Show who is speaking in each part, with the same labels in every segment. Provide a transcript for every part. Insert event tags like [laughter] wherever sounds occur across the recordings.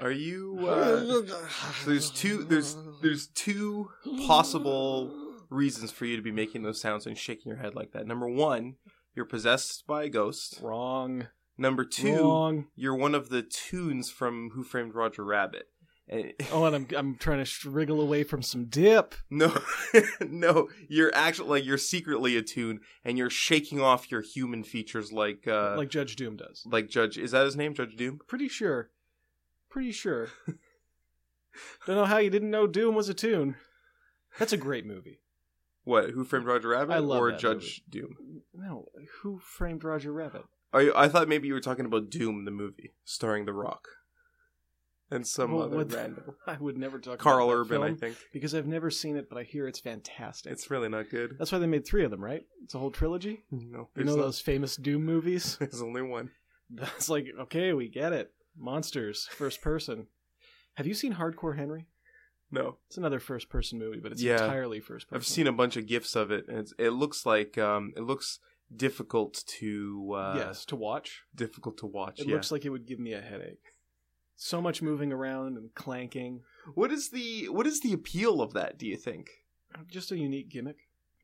Speaker 1: Are you?
Speaker 2: [laughs]
Speaker 1: Uh, so there's two. There's there's two possible reasons for you to be making those sounds and shaking your head like that. Number one, you're possessed by a ghost.
Speaker 2: wrong.
Speaker 1: Number two,
Speaker 2: Wrong.
Speaker 1: you're one of the tunes from Who Framed Roger Rabbit. And,
Speaker 2: Oh, and I'm I'm trying to sh- wriggle away from some dip.
Speaker 1: [laughs] no, [laughs] no, you're actually like you're secretly a tune, and you're shaking off your human features like uh, like
Speaker 2: like Judge Doom does.
Speaker 1: like Judge. Is that his name, Judge Doom?
Speaker 2: Pretty sure. Pretty sure. [laughs] Don't know how you didn't know Doom was a tune. That's a great movie.
Speaker 1: What? Who Framed Roger Rabbit
Speaker 2: I love
Speaker 1: or
Speaker 2: that
Speaker 1: Judge Doom?
Speaker 2: No, who framed Roger Rabbit? [laughs]
Speaker 1: Are you, I thought maybe you were talking about Doom, the movie starring The Rock, and some
Speaker 2: Well,
Speaker 1: other
Speaker 2: what-
Speaker 1: random
Speaker 2: I would never
Speaker 1: [laughs]
Speaker 2: talk
Speaker 1: Carl
Speaker 2: about that
Speaker 1: Urban. I
Speaker 2: film
Speaker 1: think
Speaker 2: because I've never seen it, but I hear it's fantastic.
Speaker 1: it's really not good.
Speaker 2: That's why they made three of them, right? It's a whole trilogy.
Speaker 1: [laughs] No,
Speaker 2: You
Speaker 1: there's,
Speaker 2: know
Speaker 1: not-
Speaker 2: those famous Doom movies? [laughs]
Speaker 1: there's only one.
Speaker 2: That's like, okay, we get it. Monsters, first person. Have you seen Hardcore Henry?
Speaker 1: No,
Speaker 2: It's another first person movie, but it's
Speaker 1: Yeah.
Speaker 2: entirely first person.
Speaker 1: I've seen a bunch of gifs of it, and it's, it looks like um, it looks difficult to uh,
Speaker 2: yes, to watch.
Speaker 1: difficult to watch.
Speaker 2: It
Speaker 1: yeah.
Speaker 2: looks like it would give me a headache. So much moving around and clanking.
Speaker 1: what is the what is the appeal of that? Do you think?
Speaker 2: Just a unique gimmick.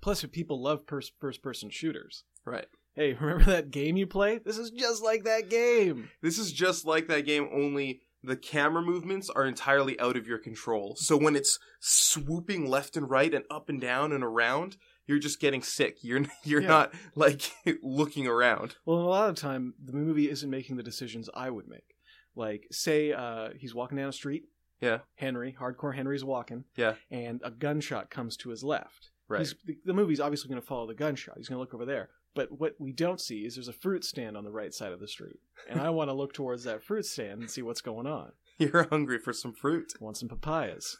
Speaker 2: Plus, if people love pers- first person shooters.
Speaker 1: Right.
Speaker 2: Hey, [laughs] remember that game you played? This is just like that game.
Speaker 1: This is just like that game, only the camera movements are entirely out of your control. So when it's swooping left and right and up and down and around, you're just getting sick. You're [laughs] you're
Speaker 2: Yeah.
Speaker 1: not like [laughs] looking around.
Speaker 2: Well, a lot of the time, the movie isn't making the decisions I would make. Like, say uh, he's walking down a street.
Speaker 1: Yeah.
Speaker 2: Henry, hardcore Henry's walking.
Speaker 1: Yeah.
Speaker 2: And a gunshot comes to his left.
Speaker 1: Right.
Speaker 2: He's, the, the movie's obviously going to follow the gunshot. He's going to look over there. But what we don't see is there's a fruit stand on the right side of the street. And I want to look towards that fruit stand and see what's going on.
Speaker 1: [laughs] You're hungry for some fruit.
Speaker 2: I want some papayas.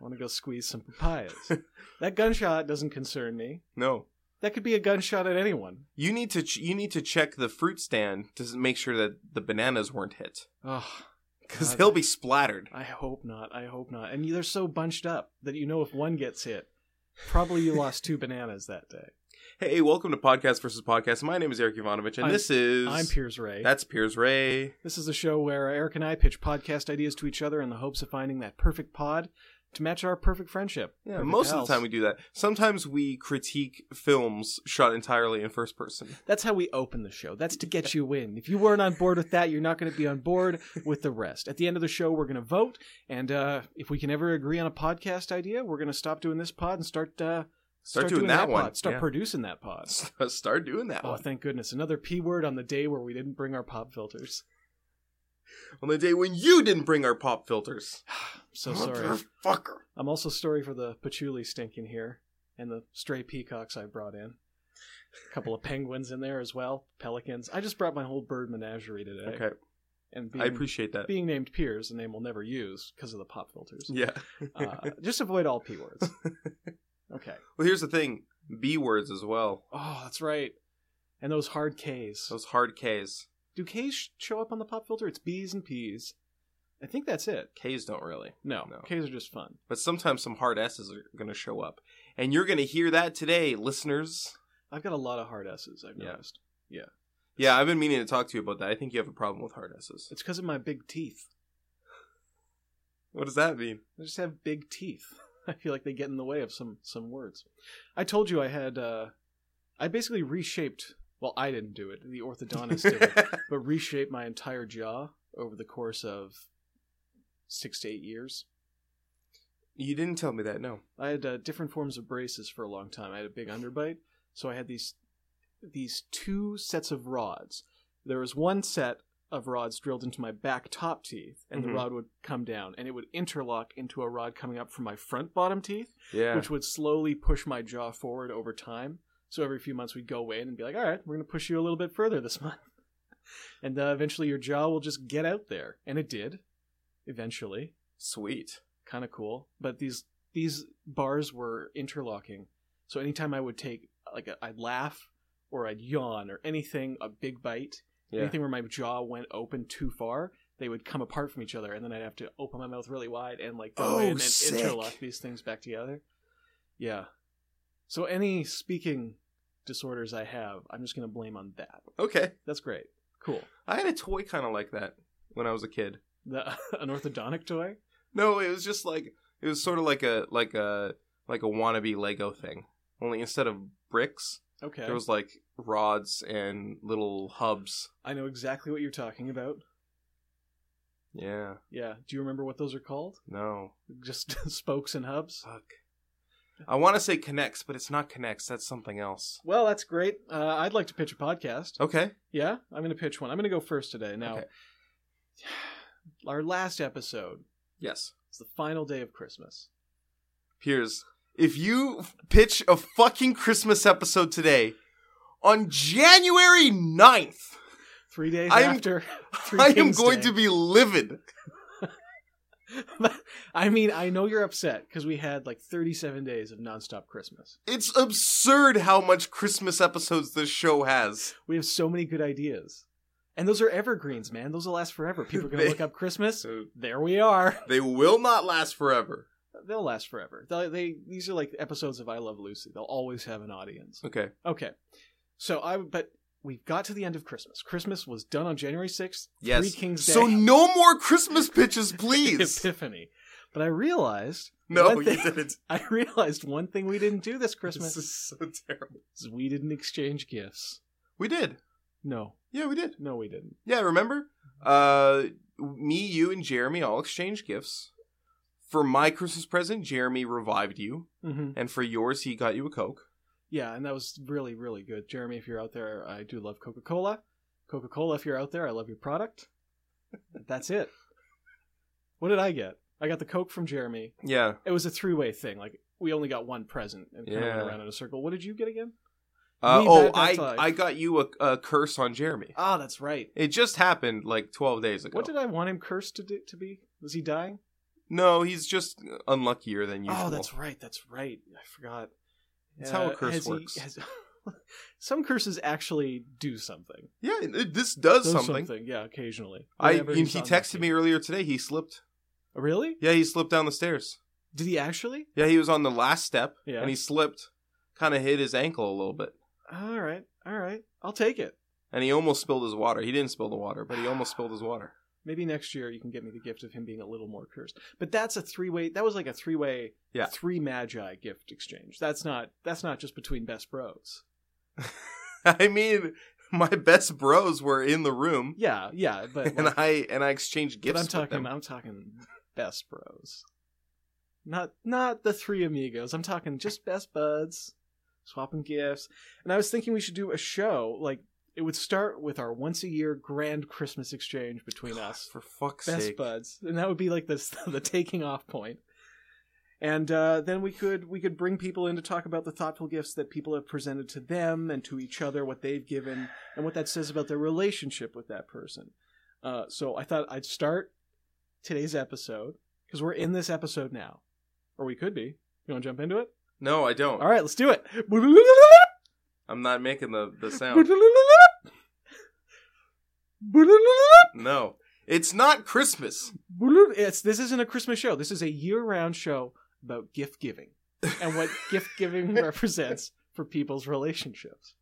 Speaker 2: I want to go squeeze some papayas.
Speaker 1: [laughs]
Speaker 2: that gunshot doesn't concern me.
Speaker 1: No.
Speaker 2: That could be a gunshot at anyone.
Speaker 1: You need to ch- you need to check the fruit stand to make sure that the bananas weren't hit
Speaker 2: Ugh.
Speaker 1: cuz
Speaker 2: God.
Speaker 1: they'll be splattered.
Speaker 2: I hope not. I hope not. And they're so bunched up that you know if one gets hit, probably you lost two bananas that day.
Speaker 1: Hey, welcome to Podcast versus Podcast. My name is Eric Ivanovich and
Speaker 2: I'm-
Speaker 1: this is
Speaker 2: I'm Piers Ray.
Speaker 1: That's Piers Ray.
Speaker 2: This is a show where Eric and I pitch podcast ideas to each other in the hopes of finding that perfect pod to match our perfect friendship.
Speaker 1: Yeah,
Speaker 2: Perfect
Speaker 1: most of
Speaker 2: pals.
Speaker 1: the time we do that. Sometimes we critique films shot entirely in first person. [laughs]
Speaker 2: That's how we open the show. That's to get you in. If you weren't on board with that, you're not going to be on board with the rest. At the end of the show, we're going to vote, and uh, if we can ever agree on a podcast idea, we're going to stop doing this pod and start uh,
Speaker 1: Start, doing, that, one.
Speaker 2: pod. Start
Speaker 1: Yeah.
Speaker 2: producing that pod.
Speaker 1: S- Start doing that
Speaker 2: Oh,
Speaker 1: one.
Speaker 2: thank goodness! Another p word on the day where we didn't bring our pop filters.
Speaker 1: On the day when you didn't bring our pop filters.
Speaker 2: [sighs] So sorry.
Speaker 1: Motherfucker.
Speaker 2: I'm also sorry for the patchouli stink in here and the stray peacocks I brought in. A
Speaker 1: [laughs]
Speaker 2: couple of penguins in there as well, pelicans. I just brought my whole bird menagerie today.
Speaker 1: Okay,
Speaker 2: And being,
Speaker 1: I appreciate that.
Speaker 2: being named Piers, a name we'll never use because of the pop filters.
Speaker 1: [laughs] Yeah.
Speaker 2: Uh, just avoid all
Speaker 1: [laughs]
Speaker 2: P words. Okay.
Speaker 1: Well, here's the thing B words as well.
Speaker 2: Oh, that's right. And those hard Ks.
Speaker 1: Those hard Ks.
Speaker 2: Do Ks sh- show up on the pop filter? It's Bs and Ps. I think that's it.
Speaker 1: Ks don't really.
Speaker 2: No,
Speaker 1: No.
Speaker 2: Ks are just fun.
Speaker 1: But sometimes some hard S's are going to show up. And you're going to hear that today, listeners.
Speaker 2: I've got a lot of hard S's, I've
Speaker 1: Yeah.
Speaker 2: noticed.
Speaker 1: Yeah, I've been meaning to talk to you about that. I think you have a problem with hard S's.
Speaker 2: It's because of my big teeth.
Speaker 1: What does that mean?
Speaker 2: I just have big teeth. [laughs] I feel like they get in the way of some some words. I told you I had. Uh, I basically reshaped. Well, I didn't do it. The orthodontist did
Speaker 1: [laughs]
Speaker 2: it, but reshaped my entire jaw over the course of six to eight years.
Speaker 1: you didn't tell me that, no.
Speaker 2: I had uh, different forms of braces for a long time. I had a big underbite, so I had these these two sets of rods. There was one set of rods drilled into my back top teeth, and
Speaker 1: Mhm.
Speaker 2: the rod would come down, and it would interlock into a rod coming up from my front bottom teeth
Speaker 1: Yeah.
Speaker 2: which would slowly push my jaw forward over time. So every few months we'd go in and be like, all right, we're going to push you a little bit further this [laughs] month. And uh, eventually your jaw will just get out there. And it did, eventually.
Speaker 1: Sweet.
Speaker 2: Kind of cool. But these these bars were interlocking. So anytime I would take, like, a, I'd laugh or I'd yawn or anything, a big bite,
Speaker 1: Yeah.
Speaker 2: anything where my jaw went open too far, they would come apart from each other, and then I'd have to open my mouth really wide and like go
Speaker 1: Oh,
Speaker 2: in and
Speaker 1: sick.
Speaker 2: interlock these things back together. Yeah. So any speaking disorders I have, I'm just gonna blame on that.
Speaker 1: Okay.
Speaker 2: That's great. Cool.
Speaker 1: I had a toy kind of like that when I was a kid.
Speaker 2: The, [laughs] an orthodontic toy?
Speaker 1: No, it was just like it was sort of like a like a like a wannabe Lego thing. Only instead of bricks,
Speaker 2: Okay.
Speaker 1: there was like rods and little hubs.
Speaker 2: I know exactly what you're talking about.
Speaker 1: Yeah.
Speaker 2: Yeah. Do you remember what those are called?
Speaker 1: No.
Speaker 2: Just [laughs] spokes and hubs?
Speaker 1: Fuck. I want to say connects, but it's not connects. That's something else.
Speaker 2: Well, that's great. Uh, I'd like to pitch a podcast.
Speaker 1: Okay.
Speaker 2: Yeah, I'm going to pitch one. I'm going to go first today. Now,
Speaker 1: Okay.
Speaker 2: [sighs] our last episode
Speaker 1: Yes.
Speaker 2: is the final day of Christmas.
Speaker 1: Piers, if you pitch a fucking Christmas episode today on January 9th,
Speaker 2: Three days
Speaker 1: I am-
Speaker 2: after. [laughs] Three
Speaker 1: I am
Speaker 2: Kings
Speaker 1: going
Speaker 2: Day.
Speaker 1: to be livid.
Speaker 2: I mean, I know you're upset because we had like 37 days of nonstop Christmas.
Speaker 1: It's absurd how much Christmas episodes this show has.
Speaker 2: We have so many good ideas. And those are evergreens, man. Those will last forever. People are going
Speaker 1: [laughs]
Speaker 2: to
Speaker 1: They-
Speaker 2: look up Christmas.
Speaker 1: So
Speaker 2: There we are.
Speaker 1: they will not last forever.
Speaker 2: They'll last forever. They, they these are like episodes of I Love Lucy. They'll always have an audience.
Speaker 1: Okay.
Speaker 2: Okay. So I but we got to the end of Christmas. Christmas was done on January 6th.
Speaker 1: Yes.
Speaker 2: Three Kings Day.
Speaker 1: So no more Christmas
Speaker 2: [laughs]
Speaker 1: pitches, please.
Speaker 2: Epiphany. But I realized
Speaker 1: no, you
Speaker 2: One thing-
Speaker 1: didn't.
Speaker 2: [laughs] I realized one thing we didn't do this Christmas
Speaker 1: This is so terrible.
Speaker 2: is we didn't exchange gifts.
Speaker 1: We did.
Speaker 2: No.
Speaker 1: Yeah, we did.
Speaker 2: No we didn't.
Speaker 1: Yeah, remember? Uh, me, you, and Jeremy all exchanged gifts. For my Christmas present, Jeremy revived you,
Speaker 2: Mm-hmm.
Speaker 1: and for yours, he got you a Coke.
Speaker 2: Yeah, and that was really really good. Jeremy, if you're out there, I do love Coca-Cola. Coca-Cola if you're out there, I love your product. That's it. What did I get? I got the Coke from Jeremy.
Speaker 1: Yeah,
Speaker 2: It was a three-way thing. Like we only got one present and kind of
Speaker 1: Yeah.
Speaker 2: went around in a circle. What did you get again?
Speaker 1: Uh,
Speaker 2: Me
Speaker 1: oh,
Speaker 2: back
Speaker 1: I
Speaker 2: outside.
Speaker 1: I got you a, a curse on Jeremy.
Speaker 2: Ah, that's right.
Speaker 1: It just happened like twelve days ago.
Speaker 2: What did I want him cursed to do, to be? Was he dying?
Speaker 1: No, he's just unluckier than usual.
Speaker 2: Oh, that's right. That's right. I forgot.
Speaker 1: That's how a
Speaker 2: Uh,
Speaker 1: curse
Speaker 2: has he-
Speaker 1: works.
Speaker 2: has- [laughs] some curses actually do something.
Speaker 1: yeah, it, this does
Speaker 2: Does
Speaker 1: something.
Speaker 2: Yeah, occasionally.
Speaker 1: I
Speaker 2: Whenever
Speaker 1: and
Speaker 2: he's
Speaker 1: he
Speaker 2: on
Speaker 1: texted
Speaker 2: that
Speaker 1: me
Speaker 2: thing.
Speaker 1: earlier today. He slipped.
Speaker 2: Really?
Speaker 1: Yeah, he slipped down the stairs.
Speaker 2: Did he actually?
Speaker 1: Yeah, he was on the last step
Speaker 2: Yeah.
Speaker 1: and he slipped, kind of hit his ankle a little bit,
Speaker 2: All right. All right. I'll take it.
Speaker 1: and he almost spilled his water. He didn't spill the water, but he almost spilled his water. [laughs]
Speaker 2: Maybe next year you can get me the gift of him being a little more cursed. But that's a three way. That was like a three way.
Speaker 1: Yeah.
Speaker 2: Three magi gift exchange. That's not. That's not just between best bros.
Speaker 1: I mean, my best bros were in the room,
Speaker 2: Yeah. Yeah. But
Speaker 1: [laughs] and
Speaker 2: like,
Speaker 1: I and I exchanged
Speaker 2: But
Speaker 1: gifts.
Speaker 2: I'm
Speaker 1: with
Speaker 2: talking.
Speaker 1: them.
Speaker 2: I'm talking best bros. Not not the three amigos. I'm talking just best buds, swapping gifts. And I was thinking we should do a show like it would start with our once a year grand Christmas
Speaker 1: [sighs]
Speaker 2: exchange between us,
Speaker 1: for fuck's
Speaker 2: best
Speaker 1: sake.
Speaker 2: buds, and that would be like this [laughs] the taking off point. And uh, then we could we could bring people in to talk about the thoughtful gifts that people have presented to them and to each other, what they've given, and what that says about their relationship with that person. Uh, so I thought I'd start today's episode because we're in this episode now, or we could be. You want to jump into it?
Speaker 1: No, I don't.
Speaker 2: All right, let's do it.
Speaker 1: I'm not making the
Speaker 2: [laughs]
Speaker 1: the sound.
Speaker 2: [laughs]
Speaker 1: No, it's not Christmas.
Speaker 2: It's this isn't a Christmas show. This is a year-round show about gift giving and what gift giving represents for people's relationships.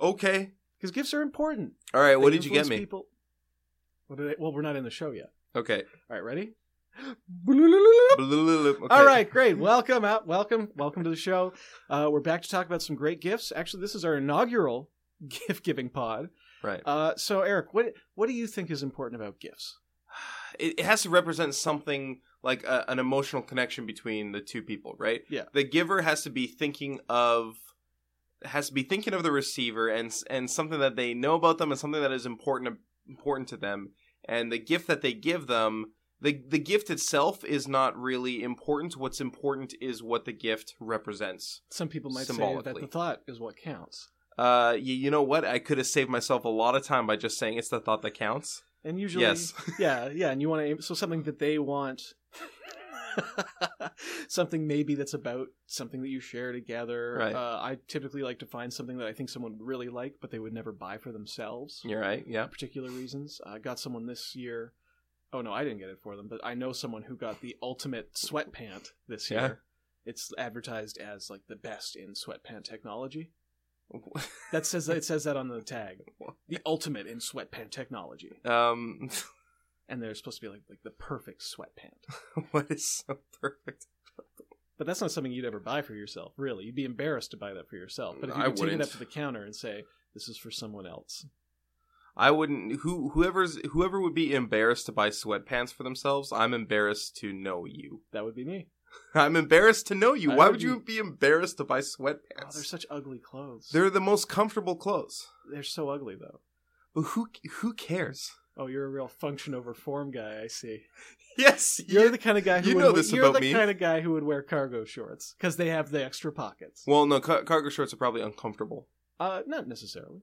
Speaker 1: Okay.
Speaker 2: Because gifts are important.
Speaker 1: All right. What
Speaker 2: They
Speaker 1: did you get
Speaker 2: influence
Speaker 1: me?
Speaker 2: People. What did I, well, we're not in the show yet.
Speaker 1: Okay.
Speaker 2: All right, ready?
Speaker 1: Blulululu. Okay.
Speaker 2: All right, great. Welcome out. Welcome, welcome to the show. Uh, we're back to talk about some great gifts. Actually, this is our inaugural [laughs] gift giving pod.
Speaker 1: Right.
Speaker 2: Uh, so, Eric, what what do you think is important about gifts?
Speaker 1: It, it has to represent something like a, an emotional connection between the two people, right?
Speaker 2: Yeah.
Speaker 1: The giver has to be thinking of has to be thinking of the receiver and s- and something that they know about them and something that is important important to them. And the gift that they give them, the the gift itself is not really important. What's important is what the gift represents.
Speaker 2: Some people might say that
Speaker 1: Symbolically.
Speaker 2: the thought is what counts,
Speaker 1: Uh, you, you know what? I could have saved myself a lot of time by just saying it's the thought that counts.
Speaker 2: and usually,
Speaker 1: Yes. [laughs]
Speaker 2: yeah, yeah. And you want to aim so something that they want, [laughs] something maybe that's about something that you share together.
Speaker 1: Right.
Speaker 2: Uh, I typically like to find something that I think someone would really like, but they would never buy for themselves.
Speaker 1: You're right. Yeah.
Speaker 2: particular reasons. I got someone this year. Oh no, I didn't get it for them, but I know someone who got the ultimate sweatpant this year.
Speaker 1: Yeah.
Speaker 2: It's advertised as like the best in sweatpant technology.
Speaker 1: [laughs]
Speaker 2: That says it says that on the tag. The ultimate in sweatpant technology.
Speaker 1: um, [laughs]
Speaker 2: and they're supposed to be like like the perfect sweatpant.
Speaker 1: what is so perfect?
Speaker 2: But that's not something you'd ever buy for yourself, really. You'd be embarrassed to buy that for yourself. But if you
Speaker 1: I
Speaker 2: could take it
Speaker 1: wouldn't.
Speaker 2: up to the counter and say, "This is for someone else,"
Speaker 1: I wouldn't. Who whoever's whoever would be embarrassed to buy sweatpants for themselves. I'm embarrassed to know you. [laughs]
Speaker 2: that would be Oh, me.
Speaker 1: I'm embarrassed to know you.
Speaker 2: I
Speaker 1: Why
Speaker 2: would
Speaker 1: would you be embarrassed to buy sweatpants?
Speaker 2: Oh, they're such ugly clothes.
Speaker 1: They're the most comfortable clothes.
Speaker 2: they're so ugly though.
Speaker 1: But who who cares? [laughs]
Speaker 2: Oh, you're a real function over form guy. I see.
Speaker 1: Yes,
Speaker 2: [laughs] You're
Speaker 1: you-
Speaker 2: the kind of guy who
Speaker 1: you
Speaker 2: would,
Speaker 1: know this
Speaker 2: you're
Speaker 1: about
Speaker 2: the
Speaker 1: me.
Speaker 2: kind of guy who would wear cargo shorts because they have the extra pockets.
Speaker 1: [laughs] Well, no, car- cargo shorts are probably uncomfortable.
Speaker 2: Uh, not necessarily.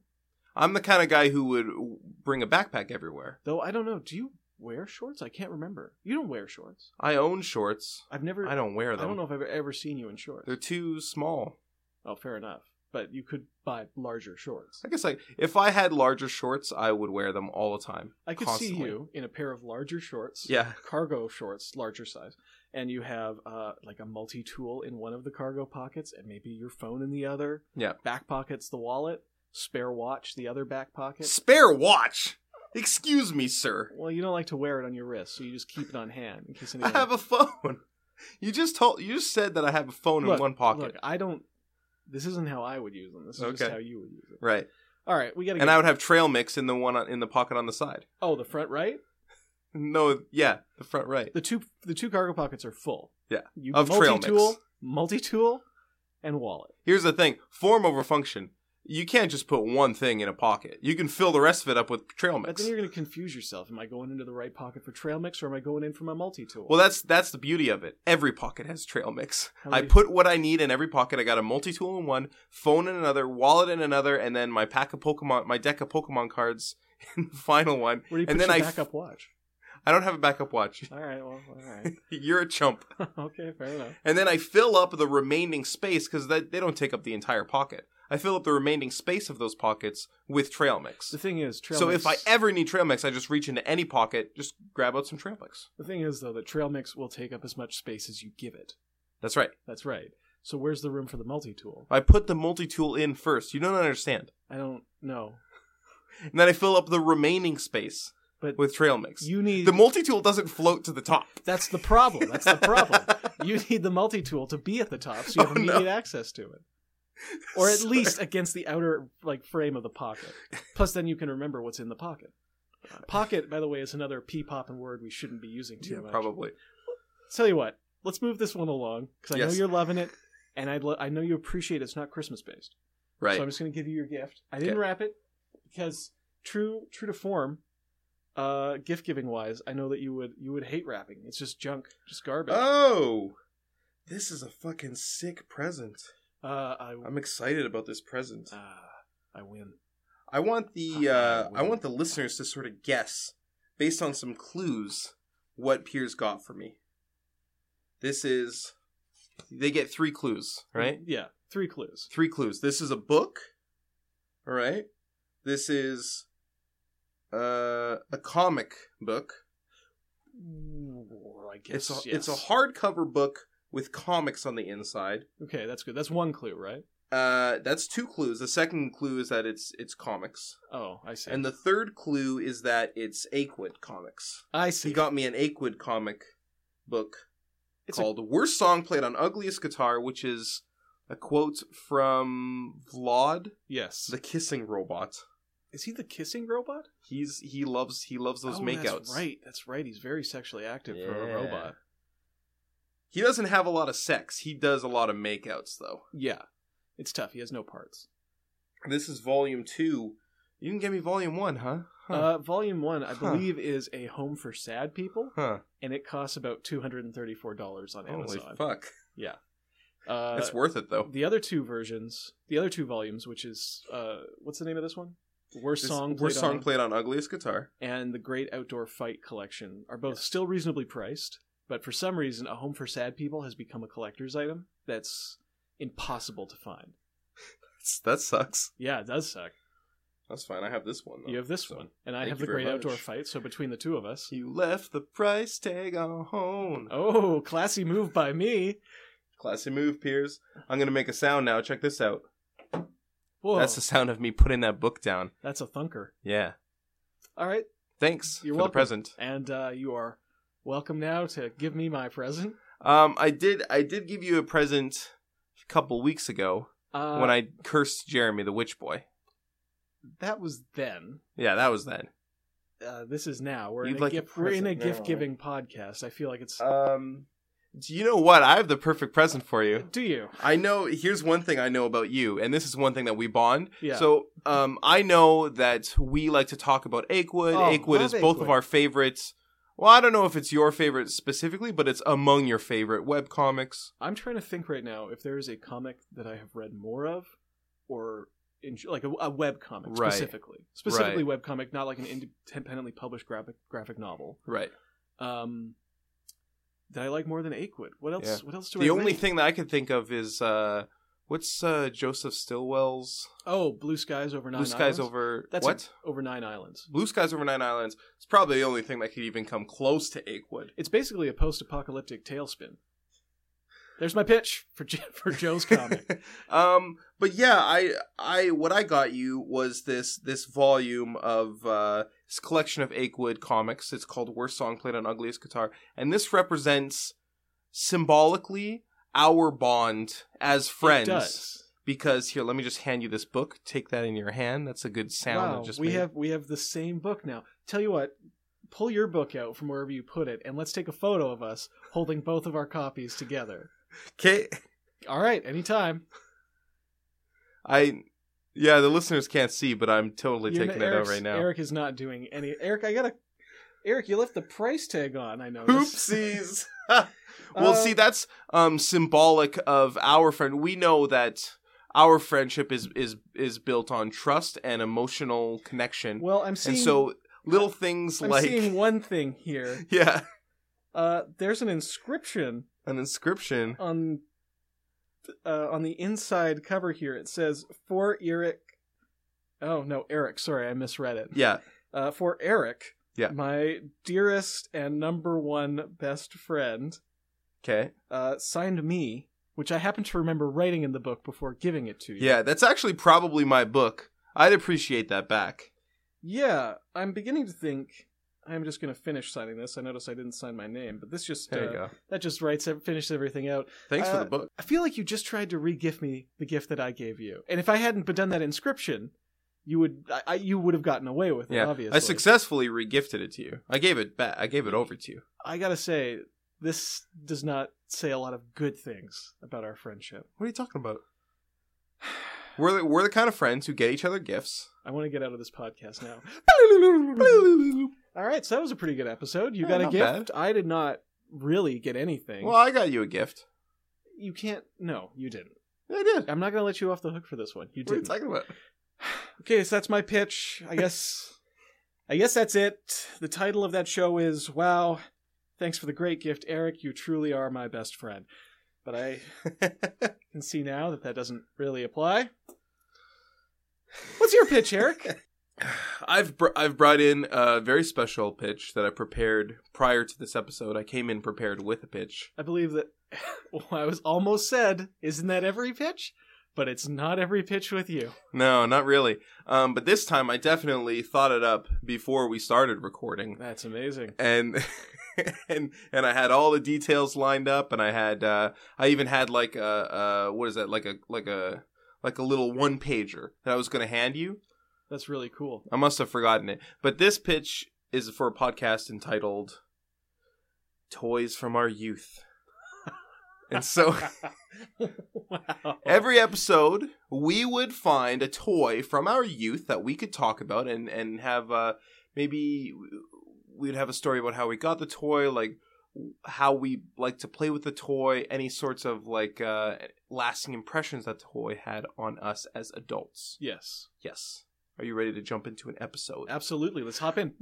Speaker 1: I'm the kind of guy who would w- bring a backpack everywhere.
Speaker 2: Though I don't know. Do you wear shorts? I can't remember. You don't wear shorts.
Speaker 1: I own shorts.
Speaker 2: I've never.
Speaker 1: I don't wear them.
Speaker 2: I don't know if I've ever seen you in shorts.
Speaker 1: They're too small.
Speaker 2: Oh, fair enough. But you could buy larger shorts.
Speaker 1: I guess like if I had larger shorts, I would wear them all the time.
Speaker 2: I could see
Speaker 1: constantly.
Speaker 2: you in a pair of larger shorts. [laughs]
Speaker 1: Yeah.
Speaker 2: Cargo shorts, larger size, and you have uh, like a multi-tool in one of the cargo pockets, and maybe your phone in the other.
Speaker 1: Yeah.
Speaker 2: Back pocket's the wallet. Spare watch, the other back pocket.
Speaker 1: Spare watch. Excuse me, sir.
Speaker 2: Well, you don't like to wear it on your wrist, so you just keep it on hand in
Speaker 1: [laughs]
Speaker 2: case
Speaker 1: I
Speaker 2: anyone.
Speaker 1: have a phone. [laughs] You just told you just said that I have a phone in
Speaker 2: Look,
Speaker 1: one pocket.
Speaker 2: Look, I don't. This isn't how I would use them. This is just
Speaker 1: Okay.
Speaker 2: how you would use it.
Speaker 1: Right.
Speaker 2: All right, we gotta.
Speaker 1: And
Speaker 2: get...
Speaker 1: I would have trail mix in the one on, in the pocket on the side.
Speaker 2: Oh, the front right.
Speaker 1: No, yeah, the front right.
Speaker 2: The two the two cargo pockets are full.
Speaker 1: Yeah,
Speaker 2: You
Speaker 1: of trail mix.
Speaker 2: multi-tool, multi-tool, and wallet.
Speaker 1: Here's the thing, form over function. You can't just put one thing in a pocket. You can fill the rest of it up with trail
Speaker 2: But
Speaker 1: mix.
Speaker 2: then you're going to confuse yourself. Am I going into the right pocket for trail mix, or am I going in for my multi-tool?
Speaker 1: Well, that's that's the beauty of it. Every pocket has trail mix.
Speaker 2: How
Speaker 1: I
Speaker 2: many-
Speaker 1: put what I need in every pocket. I got a multi-tool in one, phone in another, wallet in another, and then my pack of Pokemon, my deck of Pokemon cards [laughs] in the final one.
Speaker 2: Where do you put
Speaker 1: and then
Speaker 2: your
Speaker 1: I f-
Speaker 2: backup watch?
Speaker 1: I don't have a backup watch. [laughs]
Speaker 2: All right, well, all right.
Speaker 1: You're a chump.
Speaker 2: [laughs] okay, fair enough.
Speaker 1: And then I fill up the remaining space because they don't take up the entire pocket. I fill up the remaining space of those pockets with trail mix.
Speaker 2: The thing is, trail
Speaker 1: so
Speaker 2: mix,
Speaker 1: if I e ever need trail mix, I just reach into any pocket, just grab out some trail mix.
Speaker 2: the thing is though that trail mix will take up as much space as you give it.
Speaker 1: That's right.
Speaker 2: That's right. So where's the room for the multi-tool?
Speaker 1: I put the multi-tool in first. You don't understand.
Speaker 2: I don't know,
Speaker 1: And then I fill up the remaining space
Speaker 2: but
Speaker 1: with trail mix.
Speaker 2: you need
Speaker 1: the multi-tool doesn't float to the top.
Speaker 2: that's the problem. That's
Speaker 1: [laughs]
Speaker 2: the problem. you need the multi-tool to be at the top, so you have
Speaker 1: Oh, no.
Speaker 2: immediate access to it, or at
Speaker 1: [laughs] Sorry.
Speaker 2: least against the outer like frame of the pocket. Plus, then you can remember what's in
Speaker 1: [laughs]
Speaker 2: the pocket. Pocket, by the way, is another pee popping word we shouldn't be using too
Speaker 1: Yeah,
Speaker 2: much.
Speaker 1: probably.
Speaker 2: Tell you what, let's move this one along because I know
Speaker 1: Yes.
Speaker 2: you're loving it, and I lo- I know you appreciate it's not Christmas based.
Speaker 1: Right.
Speaker 2: So I'm just going to give you your gift. I didn't
Speaker 1: Okay.
Speaker 2: wrap it because true true to form, uh, gift giving wise, I know that you would you would hate wrapping. It's just junk, just garbage.
Speaker 1: oh, this is a fucking sick present.
Speaker 2: Uh, I,
Speaker 1: I'm excited about this present.
Speaker 2: uh, I win.
Speaker 1: I want the uh,
Speaker 2: Ah,
Speaker 1: I want the listeners to sort of guess based on some clues what Piers got for me. This is they get three clues, right?
Speaker 2: Yeah, three clues.
Speaker 1: Three clues. This is a book. All right. This is uh, a comic book.
Speaker 2: Ooh, I
Speaker 1: It's
Speaker 2: guess
Speaker 1: a,
Speaker 2: yes.
Speaker 1: it's a hardcover book with comics on the inside.
Speaker 2: Okay, that's good. That's one clue, right?
Speaker 1: Uh, that's two clues. The second clue is that it's it's comics,
Speaker 2: Oh, I see.
Speaker 1: and the third clue is that it's Aquid comics.
Speaker 2: I
Speaker 1: He
Speaker 2: see.
Speaker 1: got me an Aquid comic book
Speaker 2: It's a-
Speaker 1: called "Worst Song Played on Ugliest Guitar," which is a quote from Vlad,
Speaker 2: yes.
Speaker 1: the kissing robot.
Speaker 2: Is he the kissing robot?
Speaker 1: He's he loves he loves those
Speaker 2: oh,
Speaker 1: makeouts.
Speaker 2: That's right. That's right. He's very sexually active for a
Speaker 1: Yeah.
Speaker 2: robot.
Speaker 1: He doesn't have a lot of sex. He does a lot of makeouts though.
Speaker 2: Yeah, it's tough. He has no parts.
Speaker 1: This is volume two. You can get me volume one, huh? Huh.
Speaker 2: Uh, volume one, I
Speaker 1: Huh.
Speaker 2: believe, is a home for sad people,
Speaker 1: huh.
Speaker 2: and it costs about two hundred and thirty-four dollars on
Speaker 1: Holy
Speaker 2: Amazon.
Speaker 1: fuck!
Speaker 2: Uh,
Speaker 1: it's worth it though.
Speaker 2: the other two versions, the other two volumes, which is uh, what's the name of this one? Worst
Speaker 1: This-
Speaker 2: song,
Speaker 1: worst
Speaker 2: Played
Speaker 1: song
Speaker 2: On
Speaker 1: played on ugliest guitar.
Speaker 2: and the Great Outdoor Fight Collection are both still reasonably priced, but for some reason, a home for sad people has become a collector's item that's impossible to find.
Speaker 1: That sucks.
Speaker 2: Yeah, it does suck.
Speaker 1: That's fine. I have this one. Though.
Speaker 2: You have this
Speaker 1: So-
Speaker 2: one, and I
Speaker 1: thank
Speaker 2: have
Speaker 1: you
Speaker 2: the
Speaker 1: very
Speaker 2: Great
Speaker 1: much.
Speaker 2: Outdoor Fight. So between the two of us,
Speaker 1: You left the price tag on home.
Speaker 2: [laughs] oh, classy move by me.
Speaker 1: Classy move, Piers. I'm gonna make a sound now. Check this out.
Speaker 2: Whoa,
Speaker 1: That's the sound of me putting that book down.
Speaker 2: that's a thunker.
Speaker 1: Yeah.
Speaker 2: All right.
Speaker 1: Thanks
Speaker 2: You're
Speaker 1: for
Speaker 2: welcome.
Speaker 1: the present.
Speaker 2: And uh, you are welcome now to give me my present.
Speaker 1: Um, I did I did give you a present a couple weeks ago
Speaker 2: Uh,
Speaker 1: when I cursed Jeremy the Witch Boy.
Speaker 2: that was then.
Speaker 1: Yeah, that was then.
Speaker 2: Uh, this is now. We're in
Speaker 1: You'd
Speaker 2: a,
Speaker 1: like a
Speaker 2: gift, we're in a
Speaker 1: present now,
Speaker 2: gift giving podcast. I feel like it's.
Speaker 1: Um, do you know what? I have the perfect present for you.
Speaker 2: do you?
Speaker 1: I know. Here's one thing I know about you, and this is one thing that we bond.
Speaker 2: Yeah.
Speaker 1: So, um, I know that we like to talk about Akewood.
Speaker 2: Oh,
Speaker 1: Akewood
Speaker 2: love
Speaker 1: is both
Speaker 2: Akewood.
Speaker 1: of our favorites. Well, I don't know if it's your favorite specifically, but it's among your favorite web comics.
Speaker 2: I'm trying to think right now if there is a comic that I have read more of, or in, like a, a web comic
Speaker 1: Right.
Speaker 2: specifically, specifically web comic, not like an independently published graphic graphic novel.
Speaker 1: Right.
Speaker 2: Um, that I like more than Akewood. What else?
Speaker 1: Yeah.
Speaker 2: What else do I?
Speaker 1: The only
Speaker 2: read?
Speaker 1: thing that I can think of is uh, what's uh, Joseph Stilwell's
Speaker 2: Oh, Blue Skies over Nine
Speaker 1: Blue Skies
Speaker 2: Islands.
Speaker 1: Over
Speaker 2: That's
Speaker 1: what?
Speaker 2: a- over Nine Islands.
Speaker 1: Blue Skies Over Nine Islands. It's probably the only thing that could even come close to Akewood.
Speaker 2: It's basically a post-apocalyptic tailspin. There's my pitch for J- for Joe's comic.
Speaker 1: um but yeah i i what i got you was this this volume of uh this collection of akewood comics it's called worst song played on ugliest guitar and this represents symbolically our bond as [laughs] friends
Speaker 2: It does.
Speaker 1: because here let me just hand you this book take that in your hand that's a good sound
Speaker 2: wow,
Speaker 1: I just
Speaker 2: we
Speaker 1: made.
Speaker 2: have we have the same book now. Tell you what, pull your book out from wherever you put it, and let's take a photo of us holding both of our copies together.
Speaker 1: okay
Speaker 2: All right, anytime.
Speaker 1: i yeah the listeners can't see but i'm totally
Speaker 2: You're
Speaker 1: taking
Speaker 2: n-
Speaker 1: it out
Speaker 2: Eric's-
Speaker 1: right now
Speaker 2: Eric is not doing any. Eric, I gotta. Eric, you left the price tag on. I know.
Speaker 1: Oopsies. [laughs] well,
Speaker 2: Uh,
Speaker 1: see, that's um, symbolic of our friend. We know that our friendship is is is built on trust and emotional connection,
Speaker 2: Well, I'm seeing.
Speaker 1: and so little things
Speaker 2: I'm
Speaker 1: like
Speaker 2: seeing one thing here.
Speaker 1: [laughs] yeah,
Speaker 2: Uh, there's an inscription
Speaker 1: an inscription.
Speaker 2: on uh, on the inside cover here. It says for Eric. Oh no, Eric. Sorry, I misread it.
Speaker 1: Yeah,
Speaker 2: uh, for Eric,
Speaker 1: Yeah.
Speaker 2: my dearest and number one best friend,
Speaker 1: okay,
Speaker 2: uh, signed me, which I happen to remember writing in the book before giving it to you.
Speaker 1: yeah, that's actually probably my book. I'd appreciate that back.
Speaker 2: Yeah, I'm beginning to think I'm just going to finish signing this. I notice I didn't sign my name, but this just
Speaker 1: There you
Speaker 2: uh,
Speaker 1: go.
Speaker 2: that just writes finishes everything out.
Speaker 1: Thanks for
Speaker 2: uh,
Speaker 1: the book.
Speaker 2: I feel like you just tried to re-gift me the gift that I gave you, and if I hadn't but done that inscription, you would I, I, you would have gotten away with it.
Speaker 1: Yeah,
Speaker 2: obviously,
Speaker 1: I successfully regifted it to you. I gave it back. I gave it over to you.
Speaker 2: I gotta say, this does not say a lot of good things about our friendship.
Speaker 1: What are you talking about? [sighs] We're the, we're the kind of friends who get each other gifts.
Speaker 2: I want to get out of this podcast now. All right, so that was a pretty good episode.
Speaker 1: Yeah,
Speaker 2: You got a
Speaker 1: Eh, not
Speaker 2: gift. I did not really
Speaker 1: [laughs]
Speaker 2: get anything.
Speaker 1: Well, I got you a gift.
Speaker 2: you can't. No, you didn't.
Speaker 1: I did.
Speaker 2: I'm not gonna let you off the hook for this one. You
Speaker 1: What are you
Speaker 2: didn't.
Speaker 1: talking about?
Speaker 2: okay, so that's my pitch. I guess. I guess that's it. The title of that show is "Wow." Thanks for the great gift, Eric. You truly are my best friend. But I [laughs] can see now that that doesn't really apply. What's your pitch, Eric?
Speaker 1: I've br- I've brought in a very special pitch that I prepared prior to this episode. I came in prepared with a pitch.
Speaker 2: I believe that [laughs] well, I was almost said, isn't that every pitch? But it's not every pitch with you.
Speaker 1: No, not really. Um, but this time I definitely thought it up before we started recording,
Speaker 2: That's amazing.
Speaker 1: and [laughs] and and I had all the details lined up, and I had uh, I even had like a uh, what is that like a like a like a little one pager that I was going to hand you.
Speaker 2: That's really cool. [laughs]
Speaker 1: I must have forgotten it. But this pitch is for a podcast entitled Toys from Our Youth. [laughs] and so
Speaker 2: wow.
Speaker 1: every episode, we would find a toy from our youth that we could talk about and, and have uh, maybe we'd have a story about how we got the toy, like how we like to play with the toy, any sorts of like uh, lasting impressions that toy had on us as adults.
Speaker 2: Yes.
Speaker 1: Yes. Are you ready to jump into an episode?
Speaker 2: Absolutely. Let's hop in.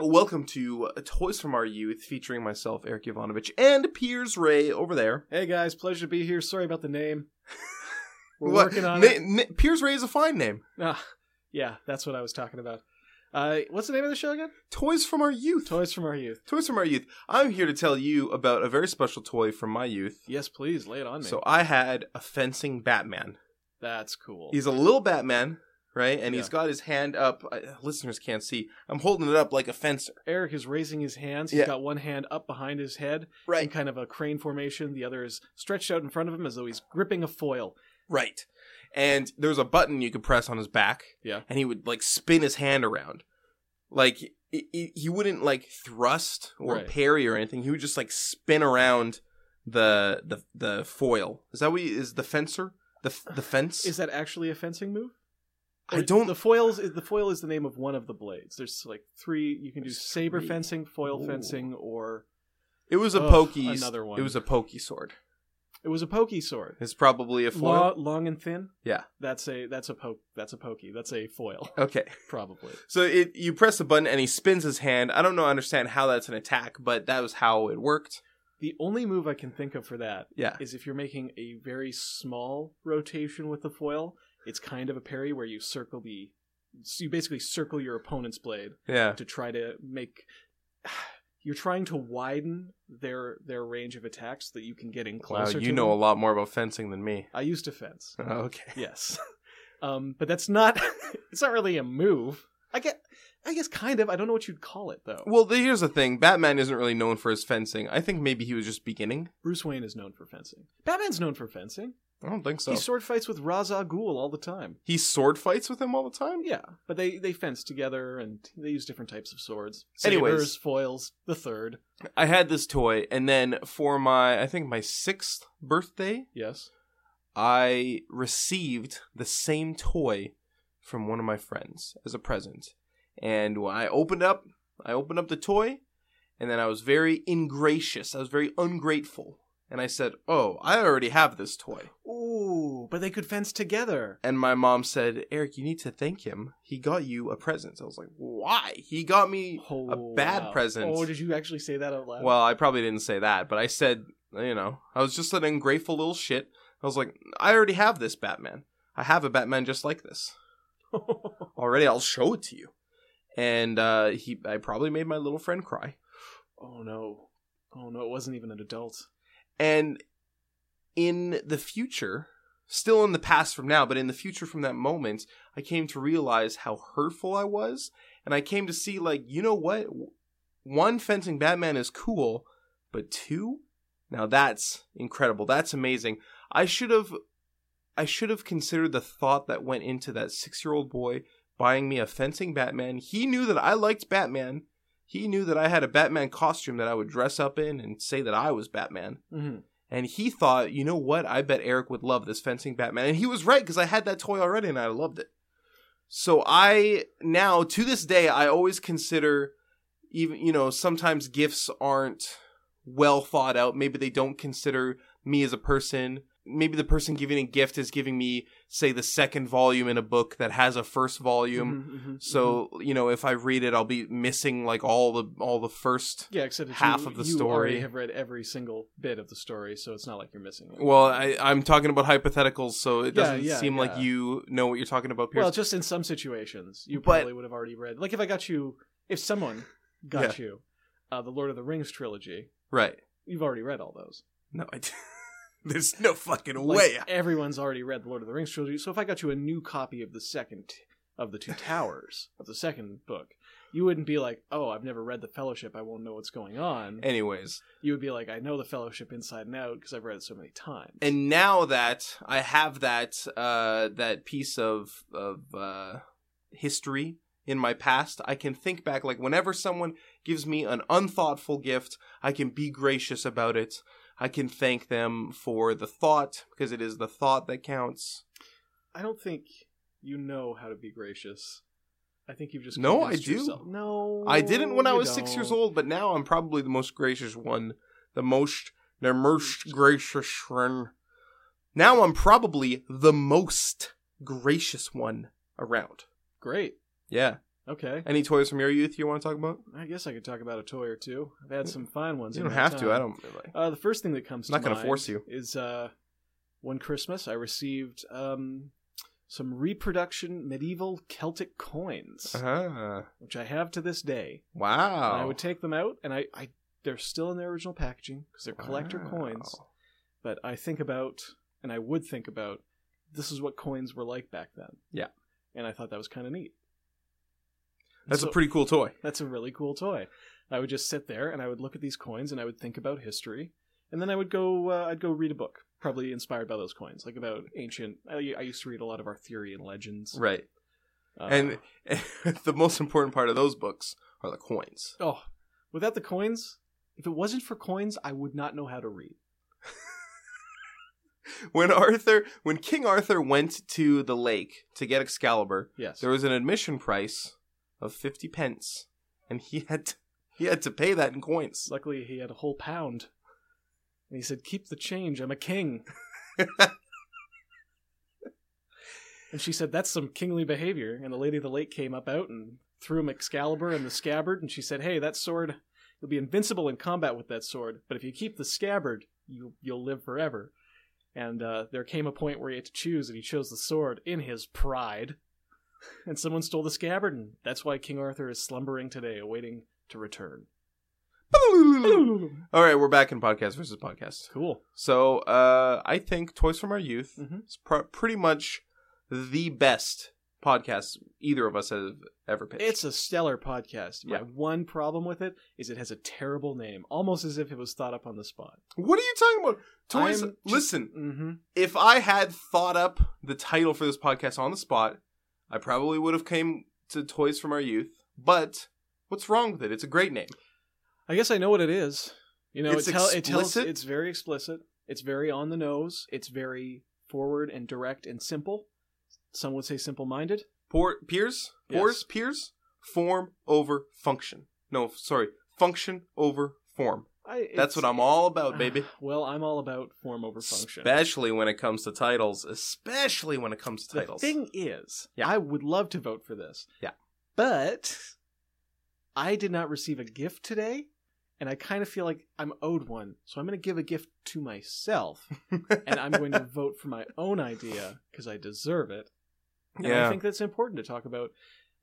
Speaker 1: Welcome to Toys from Our Youth, featuring myself, Eric Ivanovich, and Piers Ray over there.
Speaker 2: Hey guys, pleasure to be here. Sorry about
Speaker 1: [laughs]
Speaker 2: the name. We're
Speaker 1: What-
Speaker 2: working on
Speaker 1: Na-
Speaker 2: it.
Speaker 1: na- Piers Ray is a fine name.
Speaker 2: Ah, yeah, that's what I was talking about. Uh, what's the name of the show again?
Speaker 1: Toys from Our Youth.
Speaker 2: Toys from Our Youth.
Speaker 1: Toys from Our Youth. I'm here to tell you about a very special toy from my youth.
Speaker 2: Yes, please lay it on me.
Speaker 1: So I had a fencing Batman.
Speaker 2: that's cool.
Speaker 1: He's a little Batman right? And he's
Speaker 2: Yeah.
Speaker 1: got his hand up. I, listeners can't see. I'm holding it up like a fencer.
Speaker 2: Eric is raising his hands. He's
Speaker 1: Yeah.
Speaker 2: got one hand up behind his head in
Speaker 1: Right.
Speaker 2: kind of a crane formation. The other is stretched out in front of him as though he's gripping a foil.
Speaker 1: Right. And there was a button you could press on his back.
Speaker 2: Yeah.
Speaker 1: And he would like spin his hand around. Like he- he he wouldn't like thrust or
Speaker 2: Right.
Speaker 1: parry or anything. He would just like spin around the the the foil. Is that what he, is the fencer? The f- the fence?
Speaker 2: Is that actually a fencing move?
Speaker 1: I
Speaker 2: Or
Speaker 1: don't
Speaker 2: The foils is the foil is the name of one of the blades. There's like three. You can do
Speaker 1: There's
Speaker 2: saber
Speaker 1: three.
Speaker 2: fencing, foil
Speaker 1: Ooh.
Speaker 2: fencing, or
Speaker 1: It was a
Speaker 2: Ugh,
Speaker 1: pokey
Speaker 2: another one.
Speaker 1: It was a pokey sword.
Speaker 2: it was a pokey sword.
Speaker 1: It's probably a foil.
Speaker 2: Long, long and thin.
Speaker 1: Yeah.
Speaker 2: that's a that's a poke. That's a pokey. That's a foil, [laughs]
Speaker 1: Okay.
Speaker 2: probably.
Speaker 1: So it you press the button and he spins his hand. I don't know understand how that's an attack, but that was how it worked.
Speaker 2: The only move I can think of for that
Speaker 1: Yeah.
Speaker 2: is if you're making a very small rotation with the foil. It's kind of a parry where you circle the, so you basically circle your opponent's blade
Speaker 1: Yeah.
Speaker 2: to try to make. [sighs] You're trying to widen their their range of attacks so that you can get in
Speaker 1: Wow,
Speaker 2: closer.
Speaker 1: you
Speaker 2: to
Speaker 1: know a
Speaker 2: them.
Speaker 1: lot more about fencing than me. [laughs]
Speaker 2: I used to fence.
Speaker 1: Okay.
Speaker 2: yes, [laughs] um, but that's not. [laughs] it's not really a move. I get. I guess kind of. I don't know what you'd call it though.
Speaker 1: Well, the, here's the thing. Batman isn't really known for his fencing. I think maybe he was just beginning.
Speaker 2: Bruce Wayne is known for fencing. Batman's known for fencing.
Speaker 1: I don't think so.
Speaker 2: He sword fights with Ra's al Ghul all the time.
Speaker 1: he sword fights with him all the time?
Speaker 2: Yeah, but they they fence together and they use different types of swords.
Speaker 1: Anyways.
Speaker 2: Sabers, foils, the third.
Speaker 1: I had this toy and then for my I think my 6th birthday,
Speaker 2: Yes.
Speaker 1: I received the same toy from one of my friends as a present. And when I opened up, I opened up the toy, and then I was very ingracious. I was very ungrateful. And I said, Oh, I already have this toy.
Speaker 2: Ooh, but they could fence together.
Speaker 1: And my mom said, Eric, you need to thank him. He got you a present. I was like, Why? He got me a bad
Speaker 2: wow.
Speaker 1: present.
Speaker 2: Oh, did you actually say that out loud? [laughs]
Speaker 1: Well, I probably didn't say that, but I said, you know, I was just an ungrateful little shit. I was like, I already have this Batman. I have a Batman just like this
Speaker 2: Oh,
Speaker 1: already. I'll show it to you. And uh, he, I probably made my little friend cry.
Speaker 2: oh no. Oh no, it wasn't even an adult.
Speaker 1: And in the future, still in the past from now, but in the future from that moment, I came to realize how hurtful I was, and I came to see like, you know what? One fencing Batman is cool, but two, now that's incredible. That's amazing. I should have, I should have considered the thought that went into that six-year-old boy buying me a fencing Batman. He knew that I liked Batman. He knew that I had a Batman costume that I would dress up in and say that I was Batman.
Speaker 2: Mm-hmm.
Speaker 1: And he thought, you know what? I bet Eric would love this fencing Batman. And he was right because I had that toy already and I loved it. So I now to this day I always consider even you know sometimes gifts aren't well thought out. Maybe they don't consider me as a person. Maybe the person giving a gift is giving me say the second volume in a book that has a first volume.
Speaker 2: Mm-hmm.
Speaker 1: So, you know, if I read it I'll be missing like all the all the first
Speaker 2: yeah, except that
Speaker 1: half
Speaker 2: you,
Speaker 1: of the
Speaker 2: you already
Speaker 1: story.
Speaker 2: have read every single bit of the story, so it's not like you're missing. Anything.
Speaker 1: Well, I, I'm talking about hypotheticals, so it
Speaker 2: Yeah,
Speaker 1: doesn't
Speaker 2: yeah,
Speaker 1: seem like
Speaker 2: yeah.
Speaker 1: you know what you're talking about, Pierce.
Speaker 2: Well, just in some situations, you
Speaker 1: But-
Speaker 2: probably would have already read. Like if I got you, if someone got you, uh, the Lord of the Rings trilogy,
Speaker 1: right.
Speaker 2: you've already read all those.
Speaker 1: No, I d- [laughs] There's no fucking
Speaker 2: Like,
Speaker 1: way.
Speaker 2: everyone's already read the Lord of the Rings trilogy. So if I got you a new copy of the second
Speaker 1: [laughs]
Speaker 2: of the Two Towers of the second book, you wouldn't be like, "Oh, I've never read the Fellowship. I won't know what's going on."
Speaker 1: Anyways,
Speaker 2: you would be like, "I know the Fellowship inside and out because I've read it so many times."
Speaker 1: and now that I have that uh, that piece of of uh, history in my past, I can think back. Like whenever someone gives me an unthoughtful gift, I can be gracious about it. I can thank them for the thought because it is the thought that counts.
Speaker 2: I don't think you know how to be gracious. I think you've just
Speaker 1: No, I
Speaker 2: convinced
Speaker 1: do.
Speaker 2: yourself- No,
Speaker 1: I didn't when I
Speaker 2: you
Speaker 1: was six years
Speaker 2: don't.
Speaker 1: old, but now I'm probably the most gracious one. The most, the most gracious one. Now I'm probably the most gracious one around.
Speaker 2: Great.
Speaker 1: Yeah.
Speaker 2: Okay.
Speaker 1: Any toys from your youth you want to talk about?
Speaker 2: I guess I could talk about a toy or two. I've had some fine ones.
Speaker 1: You
Speaker 2: in
Speaker 1: don't
Speaker 2: my
Speaker 1: have
Speaker 2: time.
Speaker 1: to. I don't. Really.
Speaker 2: Uh, the first thing that comes
Speaker 1: I'm not
Speaker 2: to
Speaker 1: gonna
Speaker 2: mind
Speaker 1: force you.
Speaker 2: is uh, one Christmas I received um, some reproduction medieval Celtic coins,
Speaker 1: Uh-huh. Oh.
Speaker 2: which I have to this day.
Speaker 1: Wow.
Speaker 2: And I would take them out, and I, I they're still in their original packaging because they're collector
Speaker 1: Wow.
Speaker 2: coins. But I think about, and I would think about, this is what coins were like back then.
Speaker 1: Yeah.
Speaker 2: and I thought that was kind of neat.
Speaker 1: That's
Speaker 2: So-
Speaker 1: a pretty cool toy.
Speaker 2: that's a really cool toy. I would just sit there and I would look at these coins and I would think about history, and then I would go. Uh, I'd go read a book, probably inspired by those coins, like about ancient. I, I used to read a lot of Arthurian legends.
Speaker 1: Right.
Speaker 2: Uh,
Speaker 1: And, and [laughs] the most important part of those books are the coins.
Speaker 2: oh, without the coins, if it wasn't for coins, I would not know how to read.
Speaker 1: When Arthur, when King Arthur went to the lake to get Excalibur,
Speaker 2: Yes,
Speaker 1: there was an admission price of 50 pence and he had to, he had to pay that in
Speaker 2: [laughs]
Speaker 1: coins.
Speaker 2: luckily he had a whole pound, and he said, "Keep the change. I'm a king." and she said, "That's some kingly behavior." And the lady of the lake came up out and threw him Excalibur and the scabbard, and she said, "Hey, that sword, you'll be invincible in combat with that sword, but if you keep the scabbard, you you'll live forever." And uh, there came a point where he had to choose, and he chose the sword in his pride. And someone stole the scabbard, and that's why King Arthur is slumbering today, awaiting to return.
Speaker 1: All right, we're back in podcast versus podcast.
Speaker 2: Cool.
Speaker 1: So, uh, I think Toys from Our Youth
Speaker 2: Mhm.
Speaker 1: is pr- pretty much the best podcast either of us have ever pitched.
Speaker 2: It's a stellar podcast. My
Speaker 1: Yeah.
Speaker 2: one problem with it is it has a terrible name, almost as if it was thought up on the spot.
Speaker 1: what are you talking about? Toys.
Speaker 2: I'm just-
Speaker 1: listen,
Speaker 2: Mm-hmm.
Speaker 1: if I had thought up the title for this podcast on the spot, I probably would have came to Toys from Our Youth. But what's wrong with it? It's a great name.
Speaker 2: I guess I know what it is. You know,
Speaker 1: It's
Speaker 2: it, tell, it tells.
Speaker 1: explicit?
Speaker 2: It's very explicit. It's very on the nose. It's very forward and direct and simple. Some would say simple-minded.
Speaker 1: Por- peers,
Speaker 2: Yes.
Speaker 1: pores, peers, form over function. No, sorry, function over form.
Speaker 2: I,
Speaker 1: That's
Speaker 2: it's- Ah,
Speaker 1: what I'm all about,
Speaker 2: [sighs]
Speaker 1: baby.
Speaker 2: well, I'm all about form over function.
Speaker 1: Especially when it comes to titles. Especially when it comes to
Speaker 2: the
Speaker 1: titles. [laughs]
Speaker 2: thing is,
Speaker 1: Yeah.
Speaker 2: I would love to vote for this.
Speaker 1: Yeah.
Speaker 2: But I did not receive a gift today, and I kind of feel like I'm owed one. So I'm going to give a gift to myself, and I'm going to vote for my own idea because I deserve it. And I
Speaker 1: Yeah.
Speaker 2: think that's important to talk about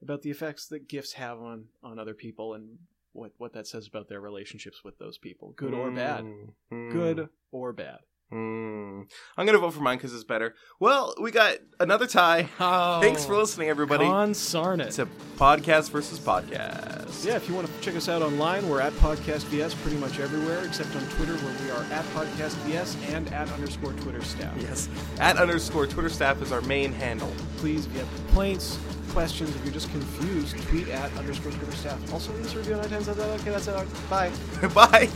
Speaker 2: about the effects that gifts have on on other people and what what that says about their relationships with those people, good or bad.
Speaker 1: Mm,
Speaker 2: Good or bad.
Speaker 1: mm. I'm gonna vote for mine because it's better. Well, we got another tie. Oh.
Speaker 2: Oh,
Speaker 1: Thanks for listening, everybody.
Speaker 2: Con Sarnet.
Speaker 1: It's a podcast versus podcast.
Speaker 2: Yeah, if you want to check us out online, we're at Podcast VS pretty much everywhere, except on Twitter, where we are at Podcast VS and at underscore Twitter staff.
Speaker 1: Yes. At underscore Twitter staff is our main handle. [laughs]
Speaker 2: Please, if you have complaints, questions, if you're just confused, tweet at underscore Twitter staff. Also, leave us a review on iTunes. Okay, that's it. Bye.
Speaker 1: Bye.